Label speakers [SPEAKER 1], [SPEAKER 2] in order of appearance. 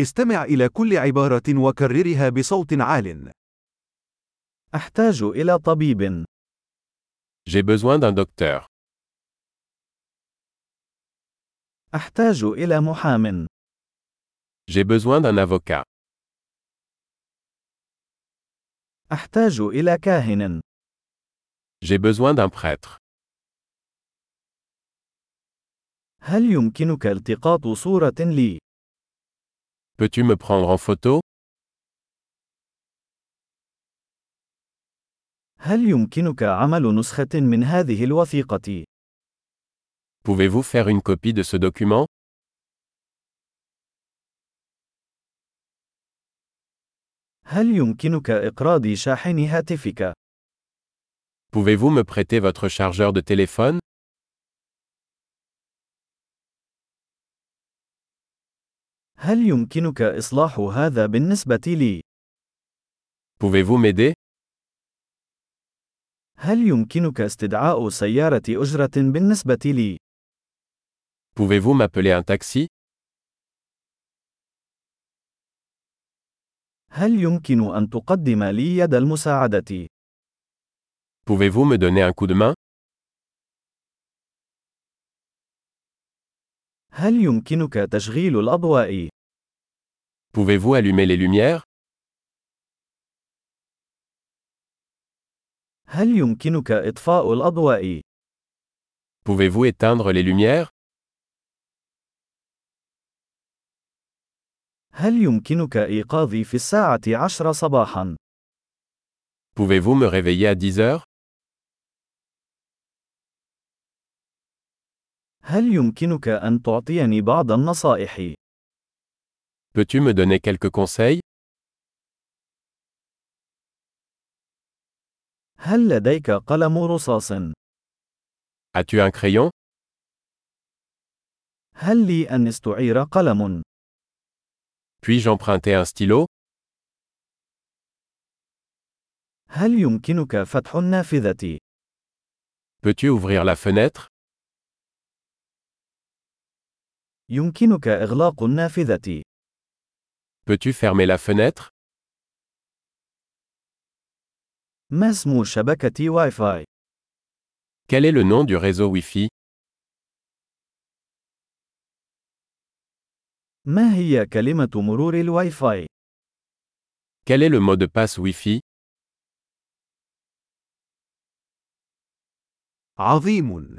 [SPEAKER 1] استمع إلى كل عبارة وكررها بصوت عال.
[SPEAKER 2] أحتاج إلى طبيب.
[SPEAKER 3] J'ai besoin d'un docteur.
[SPEAKER 2] أحتاج إلى محام.
[SPEAKER 3] J'ai besoin d'un avocat.
[SPEAKER 2] أحتاج إلى كاهن.
[SPEAKER 3] J'ai besoin d'un prêtre.
[SPEAKER 2] هل يمكنك التقاط صورة لي؟
[SPEAKER 3] Peux-tu me prendre en photo
[SPEAKER 2] هل يمكنك عمل نسخة من هذه الوثيقة؟
[SPEAKER 3] Pouvez-vous faire une copie de ce document
[SPEAKER 2] هل يمكنك إقراض شاحن هاتفك؟
[SPEAKER 3] Pouvez-vous me prêter votre chargeur de téléphone
[SPEAKER 2] هل يمكنك إصلاح هذا بالنسبة لي؟
[SPEAKER 3] Pouvez-vous m'aider
[SPEAKER 2] هل يمكنك استدعاء سيارة أجرة بالنسبة لي؟
[SPEAKER 3] Pouvez-vous m'appeler un taxi
[SPEAKER 2] هل يمكن أن تقدم لي يد المساعدة؟
[SPEAKER 3] Pouvez-vous me donner un coup de main
[SPEAKER 2] هل يمكنك تشغيل الأضواء؟
[SPEAKER 3] Pouvez-vous allumer les lumières
[SPEAKER 2] هل يمكنك إطفاء الأضواء؟
[SPEAKER 3] Pouvez-vous éteindre les lumières
[SPEAKER 2] هل يمكنك إيقاظي في الساعة عشر صباحاً؟
[SPEAKER 3] Pouvez-vous me réveiller à 10 heures
[SPEAKER 2] هل يمكنك أن تعطيني بعض النصائح؟
[SPEAKER 3] Peux-tu me donner quelques conseils
[SPEAKER 2] هل لديك قلم رصاص؟
[SPEAKER 3] As-tu un crayon
[SPEAKER 2] هل لي أن استعير قلم؟
[SPEAKER 3] Puis-je emprunter un stylo
[SPEAKER 2] هل يمكنك فتح النافذة؟
[SPEAKER 3] Peux-tu ouvrir la fenêtre
[SPEAKER 2] يمكنك إغلاق النافذة.
[SPEAKER 3] Peux-tu fermer la fenêtre
[SPEAKER 2] ما اسم شبكة واي فاي؟
[SPEAKER 3] Quel est le nom du réseau Wi-Fi
[SPEAKER 2] ما هي كلمة مرور الواي فاي؟
[SPEAKER 3] Quel est le mot de passe Wi-Fi
[SPEAKER 1] عظيم!